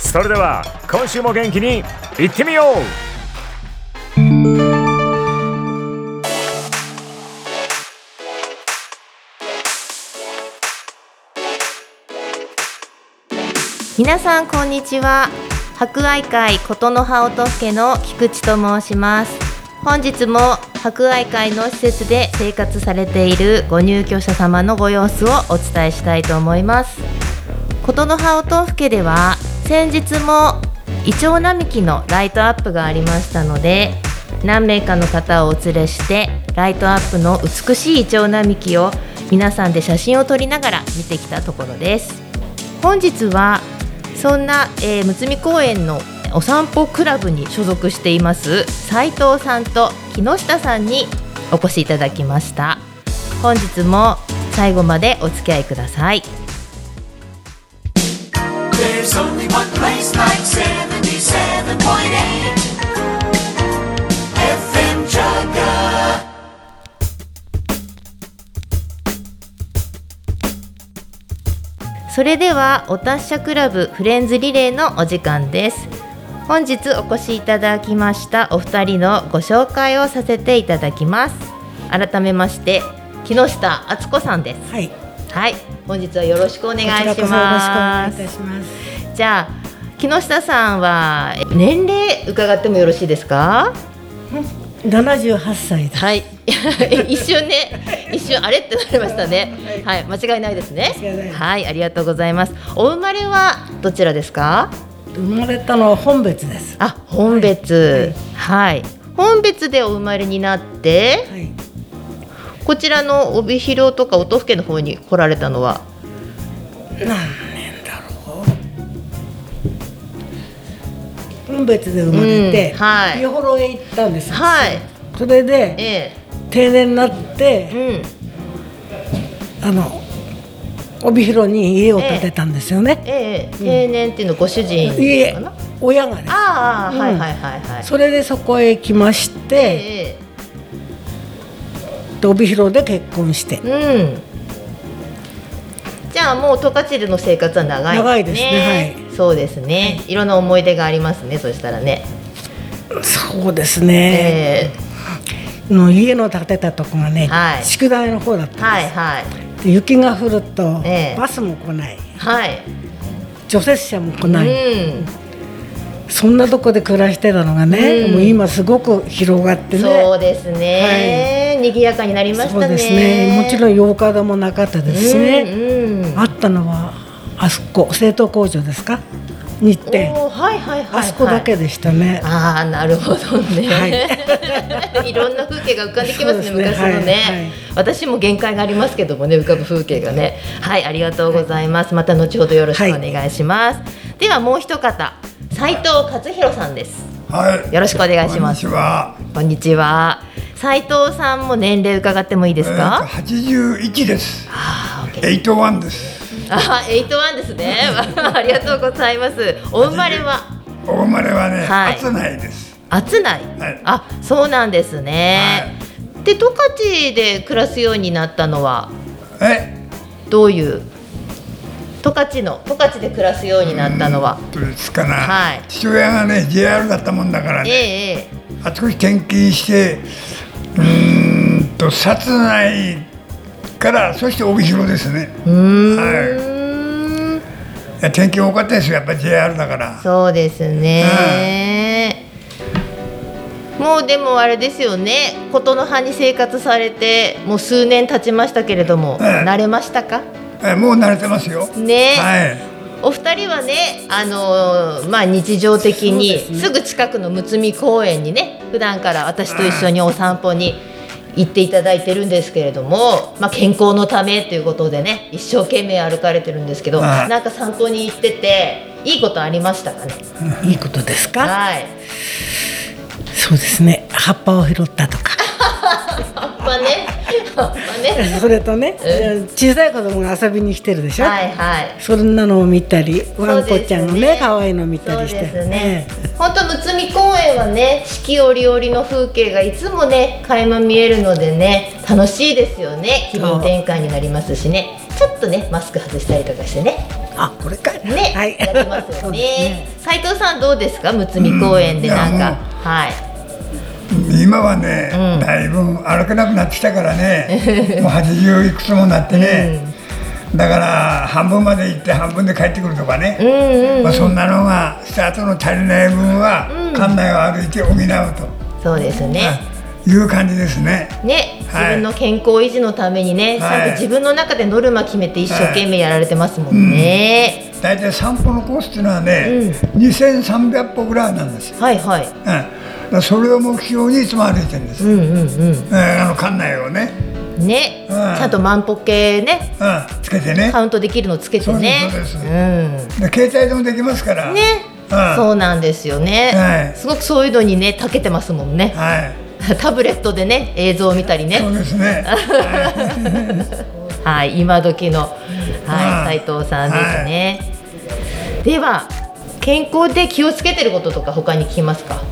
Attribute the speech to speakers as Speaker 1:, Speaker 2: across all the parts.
Speaker 1: それでは今週も元気にいってみよう
Speaker 2: 皆さんこんにちは博愛会琴の葉音助の菊池と申します本日も博愛会の施設で生活されているご入居者様のご様子をお伝えしたいと思います琴の葉音助では先日もイチョウ並木のライトアップがありましたので何名かの方をお連れしてライトアップの美しいイチョウ並木を皆さんで写真を撮りながら見てきたところです本日はそんな、えー、むつみ公園のお散歩クラブに所属しています斉藤さんと木下さんにお越しいただきました本日も最後までお付き合いください
Speaker 3: There's only one place like 77.8 FM Jaga.
Speaker 2: それではお達者クラブフレンズリレーのお時間です本日お越しいただきましたお二人のご紹介をさせていただきます改めまして木下敦子さんです
Speaker 4: はい。
Speaker 2: はい本日はよろしくお願いし
Speaker 4: こちらこそよろしくお願
Speaker 2: ま
Speaker 4: いい
Speaker 2: す
Speaker 4: たします。
Speaker 2: じゃあ木下さんはえ年齢伺ってもよろしいですか？
Speaker 4: 七十八歳だ。
Speaker 2: はい。 一瞬ね、一瞬あれってなりましたね。はい、間違いないです
Speaker 4: 間違いない
Speaker 2: ね。
Speaker 4: です
Speaker 2: はい、ありがとうございます。お生まれはどちらですか？
Speaker 4: 生まれたのは本別です。
Speaker 2: あ、本別。はい。本別でお生まれになって、
Speaker 4: はい。
Speaker 2: こちらの帯広とか音更の方に来られたのは
Speaker 4: 何年だろう。本別で生まれて、
Speaker 2: うんはい
Speaker 4: 美幌へ行ったんですよ。
Speaker 2: はい。
Speaker 4: それで
Speaker 2: え
Speaker 4: 定年になって、
Speaker 2: え、
Speaker 4: あの帯広に家を建てたんですよ
Speaker 2: うん、
Speaker 4: ね。
Speaker 2: ええ、定年っていうのはご主人
Speaker 4: 家
Speaker 2: かな？あ
Speaker 4: 親がね。
Speaker 2: あ、
Speaker 4: うん
Speaker 2: はいはいはいはい。
Speaker 4: それでそこへ来まして、
Speaker 2: ええ。
Speaker 4: で帯広で結婚して。
Speaker 2: うん。じゃあもう十勝での生活は長い
Speaker 4: 長いですね
Speaker 2: はい。そうですね。いろんな思い出がありますね。そしたらね。
Speaker 4: そうですね。
Speaker 2: え
Speaker 4: の家の建てたとこがね、
Speaker 2: はい
Speaker 4: 宿題の方だった
Speaker 2: ー
Speaker 4: んです。
Speaker 2: はいはい
Speaker 4: で雪が降ると、
Speaker 2: ええ
Speaker 4: バスも来ない
Speaker 2: はい。
Speaker 4: 除雪車も来ない、
Speaker 2: うん。
Speaker 4: そんなとこで暮らしてたのがね、
Speaker 2: うん
Speaker 4: もう今すごく広がってね
Speaker 2: そうですね。賑やかになりまし
Speaker 4: そう
Speaker 2: たね。
Speaker 4: ですねもちろん洋華堂もなかったですしね、
Speaker 2: うんうん。
Speaker 4: あったのはあそこ製糖工場ですか日
Speaker 2: お
Speaker 4: 展
Speaker 2: ーはいはいはいはい。
Speaker 4: あそこだけでしたね、
Speaker 2: ああなるほどね、 い、ろんな風景が浮かんできますね
Speaker 4: そうですね
Speaker 2: 昔のね、
Speaker 4: はいはい
Speaker 2: 私も限界がありますけどもね浮かぶ風景がねはいありがとうございますまた後ほどよろしくお願いします、ではもう一方斉藤勝弘さんです
Speaker 5: はい。
Speaker 2: よろしくお願いし
Speaker 5: こん
Speaker 2: ま
Speaker 5: に
Speaker 2: す
Speaker 5: ちは。
Speaker 2: こんにちは斉藤さんも年齢伺ってもいいですか、
Speaker 5: 八十一です。
Speaker 2: あー、OK
Speaker 5: エイトワンです。
Speaker 2: あー、エイトワンですね ありがとうございますお生まれは
Speaker 5: お生まれはね、
Speaker 2: はい
Speaker 5: 初内です。
Speaker 2: 厚内、
Speaker 5: はい
Speaker 2: あそうなんですね、で十勝で暮らすようになったのは
Speaker 5: え、
Speaker 2: どういう十勝の十勝で暮らすようになったのは、
Speaker 5: どうですかな。
Speaker 2: はい
Speaker 5: 父親がね、JR だったもんだから
Speaker 2: え
Speaker 5: ね、
Speaker 2: ええ
Speaker 5: あちこち転勤して、うーんと殺内からそして帯広ですね。
Speaker 2: えうーん、
Speaker 5: はいや天気多かったですよやっぱり JR だから
Speaker 2: そうですね、もうでもあれですよね琴の葉に生活されてもう数年経ちましたけれども、
Speaker 5: ええ
Speaker 2: 慣れましたか
Speaker 5: えもう慣れてますよ
Speaker 2: ね
Speaker 5: はい
Speaker 2: お二人はね、あのーまあ、日常的にす,、ぐ近くのむつみ公園にね普段から私と一緒にお散歩に行っていただいてるんですけれども、まあ、健康のためということでね一生懸命歩かれてるんですけど、
Speaker 5: うん
Speaker 2: なんか散歩に行ってていいことありましたかね
Speaker 4: いいことですか
Speaker 2: はい
Speaker 4: そうですね葉っぱを拾っ たとか
Speaker 2: 葉っぱね 葉っぱ ね
Speaker 4: それとね
Speaker 2: え
Speaker 4: 小さい子供が遊びに来てるでしょ、
Speaker 2: はいはい
Speaker 4: そんなのを見たりワンコちゃんの
Speaker 2: そうです
Speaker 4: ね
Speaker 2: ね
Speaker 4: 可愛いの見
Speaker 2: そ
Speaker 4: た
Speaker 2: う
Speaker 4: りして
Speaker 2: ですね本当むつみ公園はね四季折々の風景がいつもね垣間見えるのでね楽しいですよね気分転換になりますしねちょっとねマスク外したりとかしてね
Speaker 4: あこれかい
Speaker 2: ね、
Speaker 4: はい
Speaker 2: やります
Speaker 4: そ
Speaker 2: よ
Speaker 4: う
Speaker 2: ね
Speaker 4: です
Speaker 2: 斉藤さんどうですかむつみ公園でなん
Speaker 5: うんいや
Speaker 2: か
Speaker 5: も
Speaker 2: はい
Speaker 5: 今はね、
Speaker 2: うん
Speaker 5: だいぶ歩けなくなってきたから ねもう80いくつもなってね、だから半分まで行って半分で帰ってくるとかね、
Speaker 2: うんうん
Speaker 5: まあ、そんなのがスタートの足りない分は、館内を歩いて補うと、
Speaker 2: そうですね
Speaker 5: いう感じですね。
Speaker 2: ね、
Speaker 5: は
Speaker 2: 自
Speaker 5: い
Speaker 2: 分の健康維持のためにね、
Speaker 5: はい
Speaker 2: ちゃんと自分の中でノルマ決めて一生懸命やられてますもんね、
Speaker 5: 大体散歩のコースっていうのはね、2300歩ぐらいなんですよ、
Speaker 2: はいはい
Speaker 5: うん、だからそれを目標にいつも歩いてるんです、
Speaker 2: うんうん
Speaker 5: えーあの館内をね、
Speaker 2: うんね、
Speaker 5: うん
Speaker 2: ちゃんと万歩計ね
Speaker 5: うん、つけてね
Speaker 2: カウントできるのつけてね
Speaker 5: そうですそうです
Speaker 2: ん
Speaker 5: で携帯でもできますから
Speaker 2: ね、
Speaker 5: うん
Speaker 2: そうなんですよね、
Speaker 5: はい
Speaker 2: すごくそういうのにね長けてますもんね、
Speaker 5: はい
Speaker 2: タブレットでね映像を見たり
Speaker 5: そう
Speaker 2: ね
Speaker 5: です ね、
Speaker 2: はい今時の、は
Speaker 5: はい
Speaker 2: い、斉藤さんですね、では健康で気をつけてることとか他に聞きますか
Speaker 4: わ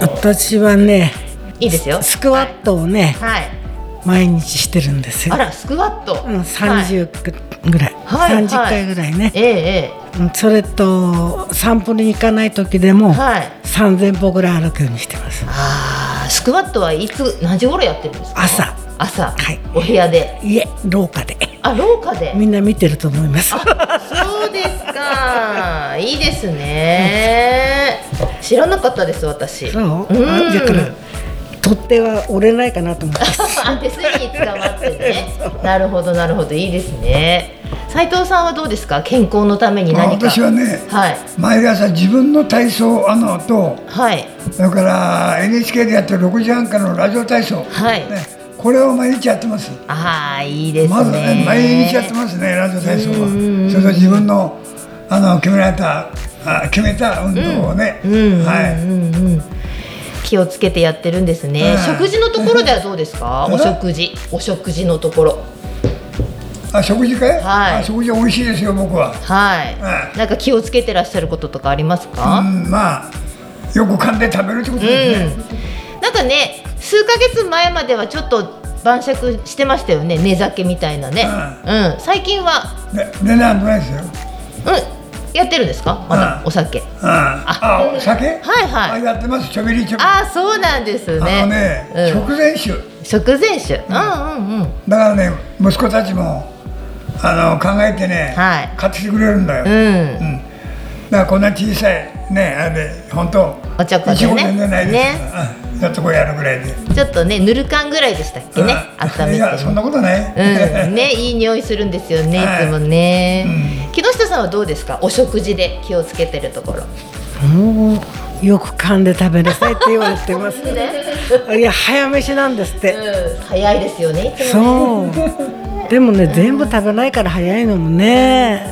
Speaker 4: 私はね
Speaker 2: いいですよ
Speaker 4: スクワットをね、
Speaker 2: はい
Speaker 4: 毎日してるんですよ
Speaker 2: あらスクワット、
Speaker 4: うん、30くぐらい、
Speaker 2: はいはい
Speaker 4: 30回ぐらいね、
Speaker 2: えええ
Speaker 4: うんそれと散歩に行かない時でも、
Speaker 2: えはい
Speaker 4: 3000歩ぐらい歩くようにしてます
Speaker 2: あースクワットはいつ何時頃やってるんですか
Speaker 4: 朝
Speaker 2: 朝、
Speaker 4: はい
Speaker 2: お部屋で
Speaker 4: 家廊下で
Speaker 2: あ廊下で
Speaker 4: みんな見てると思います
Speaker 2: そうです かいいですね知らなかったです私
Speaker 4: そう、
Speaker 2: ん
Speaker 4: あだから取っ手は折れないかなと思って
Speaker 2: あ手すりに捕まってねなるほどなるほどいいですね斉藤さんはどうですか健康のために
Speaker 5: まあ
Speaker 2: 何か
Speaker 5: 私はね
Speaker 2: はい
Speaker 5: 毎朝自分の体操あのと
Speaker 2: はい
Speaker 5: それから NHK でやってる6時半からのラジオ体操、
Speaker 2: はい
Speaker 5: ね、これを毎日やってます
Speaker 2: ああいいですね
Speaker 5: まずね毎日やってますねラジオ体操はそれと自分のあの決められたあ決めた運動をね、
Speaker 2: うん
Speaker 5: はい
Speaker 2: うんうんうん気をつけてやってるんですね、
Speaker 5: うん
Speaker 2: 食事のところではどうですか
Speaker 5: うん
Speaker 2: お食事お食事のところ
Speaker 5: あ食事会、
Speaker 2: はい
Speaker 5: あ食事美味しいですよ僕は、
Speaker 2: はい、
Speaker 5: うん
Speaker 2: なんか気をつけてらっしゃることとかありますか、
Speaker 5: うん、まあよく噛んで食べるってことですね、
Speaker 2: うん、なんかね数ヶ月前まではちょっと晩酌してましたよね寝酒みたいなね、うん最近は、
Speaker 5: ねねなんとないですよ、うん、
Speaker 2: うん、やってるんですかまだ
Speaker 5: うん
Speaker 2: お酒
Speaker 5: あお酒はい
Speaker 2: はい
Speaker 5: あやってますちょびりちょびり
Speaker 2: ああそうなんですね
Speaker 5: あのね、
Speaker 2: うん、
Speaker 5: 食前酒
Speaker 2: 食前酒うんうんうん
Speaker 5: だからね息子たちもあの考えてね、
Speaker 2: はい
Speaker 5: 買ってきてくれるんだよ、
Speaker 2: う
Speaker 5: だ
Speaker 2: ん、
Speaker 5: からこんな小さいねあれ本当
Speaker 2: おちょこでね
Speaker 5: いちご全然ないです
Speaker 2: ね
Speaker 5: うんちょっとこうやるぐらいで、
Speaker 2: ちょっとねぬる感ぐらいでしたっけ
Speaker 5: うん
Speaker 2: ね温め
Speaker 5: いやそんな
Speaker 2: て
Speaker 5: ことない、
Speaker 2: うんねいい匂いするんですよね、
Speaker 5: はい
Speaker 2: い、つもね、
Speaker 5: うん
Speaker 2: 木下さんはどうですかお食事で気をつけてるところ
Speaker 4: もうよく噛んで食べなさいって言われてますいや早飯なんですって、
Speaker 2: うん早いですよねいつもね
Speaker 4: そうでもね全部食べないから早いのもね、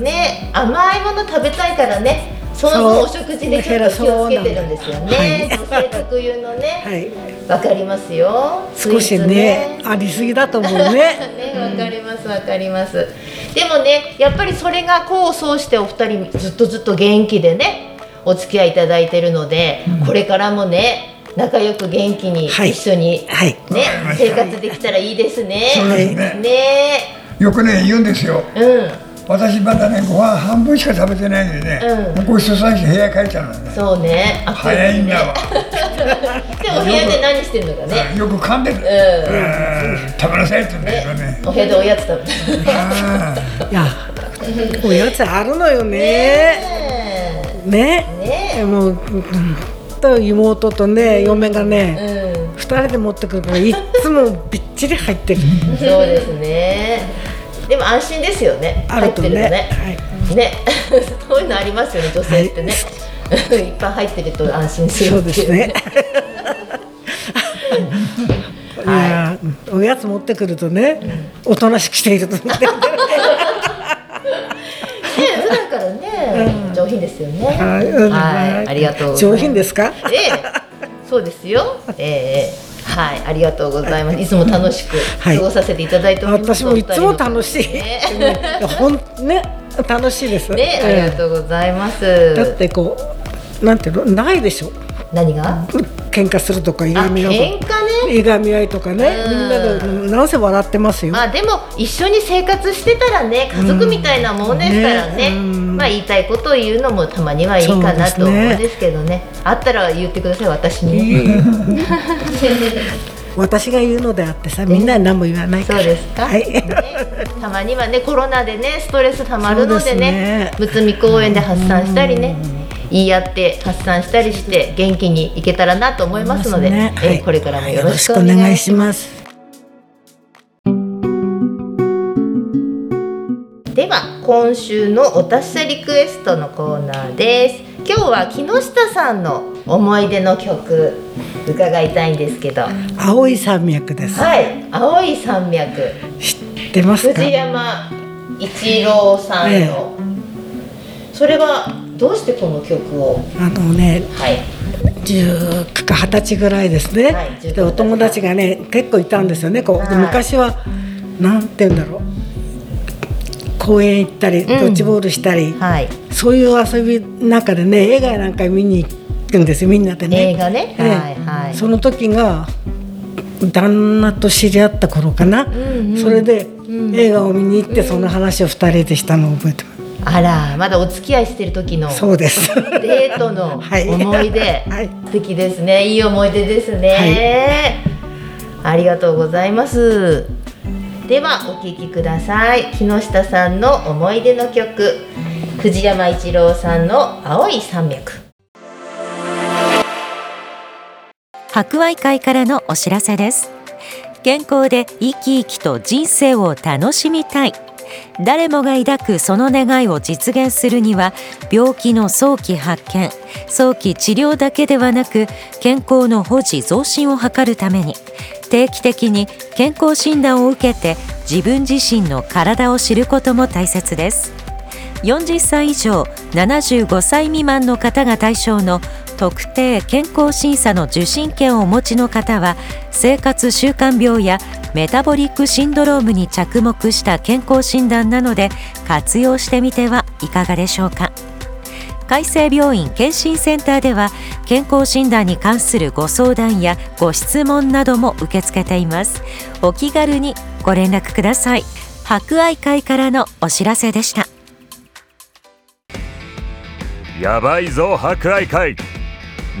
Speaker 2: ね甘いもの食べたいからねその分お食事でちょっと気をつけてるんですよね
Speaker 4: そ
Speaker 2: 女
Speaker 4: う
Speaker 2: 性特有の
Speaker 4: は
Speaker 2: ね
Speaker 4: い、
Speaker 2: わ、かりますよ
Speaker 4: 少し
Speaker 2: スイーツ
Speaker 4: ねありすぎだと思うね
Speaker 2: ねわかりますわかりますでもねやっぱりそれが功を奏してお二人ずっとずっと元気でねお付き合いいただいてるので、これからもね仲良く元気に
Speaker 4: はい
Speaker 2: 一緒に、
Speaker 4: はい
Speaker 2: ね
Speaker 5: わかりまし
Speaker 2: 生
Speaker 5: た
Speaker 2: 活できたらいいですね
Speaker 5: そうですね
Speaker 2: ね
Speaker 5: よくね言うんですよ
Speaker 2: うん
Speaker 5: 私まだねご飯半分しか食べてないんでね、
Speaker 2: うん
Speaker 5: ごちそうさんして部屋帰っちゃうのね
Speaker 2: そうね暑 ね
Speaker 5: 早いんだわ、
Speaker 2: でお部屋で何してんのかね。
Speaker 5: よく噛んでる、
Speaker 2: う
Speaker 5: うん食べなさいって言うんだけどね
Speaker 2: ん。お部屋でおやつ食べてる。
Speaker 5: あ
Speaker 4: いやおやつあるのよねねもううんと妹とね嫁がね、
Speaker 2: うん、
Speaker 4: 二人で持ってくるからいっつもびっちり入ってる
Speaker 2: そうですね。でも安心ですよね。
Speaker 4: あるとね
Speaker 2: 入ってる
Speaker 4: はい
Speaker 2: とね。ね、 そういうのありますよね、女性ってね。 い、っぱい入ってると安心す
Speaker 4: そ
Speaker 2: る
Speaker 4: う
Speaker 2: ってい
Speaker 4: ですね。 いやーおやつ持ってくるとね、おとなしくしていると 思って
Speaker 2: ね、普段からね、上品ですよね。
Speaker 4: はい
Speaker 2: はい、ありがとうございます。
Speaker 4: 上品ですか
Speaker 2: ええ、そうですよ。ええはい、ありがとうございます。いつも楽しく
Speaker 4: はい
Speaker 2: 過ごさせていただいております。
Speaker 4: 私もいつも楽しい
Speaker 2: ね
Speaker 4: ほんね楽しいです
Speaker 2: ね、ありがとうございま
Speaker 4: うんだっ
Speaker 2: す。
Speaker 4: てこうなんていうのないでしょ
Speaker 2: 何が？
Speaker 4: 喧嘩するとかい
Speaker 2: あ、
Speaker 4: がみ合う
Speaker 2: 喧
Speaker 4: と
Speaker 2: 嘩
Speaker 4: か
Speaker 2: ね。
Speaker 4: いがみ合いとかね
Speaker 2: うん
Speaker 4: みんなでうんなんせ笑ってますよ
Speaker 2: まあでも一緒に生活してたらね、家族みたいなもんですからね。
Speaker 4: うんねうん
Speaker 2: まあ言いたいことを言うのもたまにはいいかなと
Speaker 4: そうです
Speaker 2: 思
Speaker 4: ね
Speaker 2: うんですけどね。あったら言ってください、私に。
Speaker 4: 私が言うのであってさみんなに何も言わない
Speaker 2: そう
Speaker 4: から
Speaker 2: ですか。
Speaker 4: はい
Speaker 2: ねたまにはね、コロナでね、ストレスたまるのでね、
Speaker 4: そ
Speaker 2: むつみ公園で発散したりね。言い合って発散したりして元気にいけたらなと思いますので、
Speaker 4: ね
Speaker 2: え
Speaker 4: はい
Speaker 2: これからもよろしくお願いし
Speaker 4: よろ
Speaker 2: ま
Speaker 4: し
Speaker 2: す。
Speaker 4: ます
Speaker 2: では今週のお達者リクエストのコーナーです今日は木下さんの思い出の曲伺いたいんですけどは
Speaker 4: 青い山脈です
Speaker 2: い青い山脈
Speaker 4: 知ってますか
Speaker 2: 藤山一郎さんの、それはどうしてこの曲を
Speaker 4: あのね
Speaker 2: はい
Speaker 4: 19か20歳ぐらいですね、
Speaker 2: はい19
Speaker 4: でお友達がね結構いたんですよねこう、
Speaker 2: はい
Speaker 4: 昔はなんて言うんだろう公園行ったりドッジボールしたり、
Speaker 2: はい
Speaker 4: そういう遊びの中でね映画なんか見に行くんですよみんなでね
Speaker 2: 映画ね
Speaker 4: ええ
Speaker 2: はいはい
Speaker 4: その時が旦那と知り合った頃かな、
Speaker 2: んうん
Speaker 4: それで映画を見に行ってその話を二人でしたのを覚えてま
Speaker 2: あらまだお付き合いしてる時の
Speaker 4: すそ うです
Speaker 2: デートの
Speaker 4: はい
Speaker 2: 思い 出、
Speaker 4: はい
Speaker 2: 素敵ですねいい思い出ですね、ありがとうございますではお聞きください木下さんの思い出の曲藤山一郎さんの青い山脈
Speaker 6: 博愛会からのお知らせです健康で生き生きと人生を楽しみたい誰もが抱くその願いを実現するには病気の早期発見早期治療だけではなく健康の保持増進を図るために定期的に健康診断を受けて自分自身の体を知ることも大切です40歳以上75歳未満の方が対象の特定健康審査の受診券をお持ちの方は生活習慣病やメタボリックシンドロームに着目した健康診断なので活用してみてはいかがでしょうか海生病院健診センターでは健康診断に関するご相談やご質問なども受け付けていますお気軽にご連絡ください博愛会からのお知らせでした
Speaker 1: やばいぞ博愛会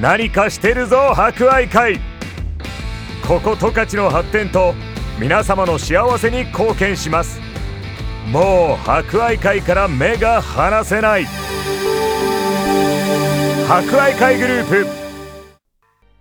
Speaker 1: 何かしてるぞ博愛会ここ十勝の発展と皆様の幸せに貢献しますもう博愛会から目が離せない博愛会グループ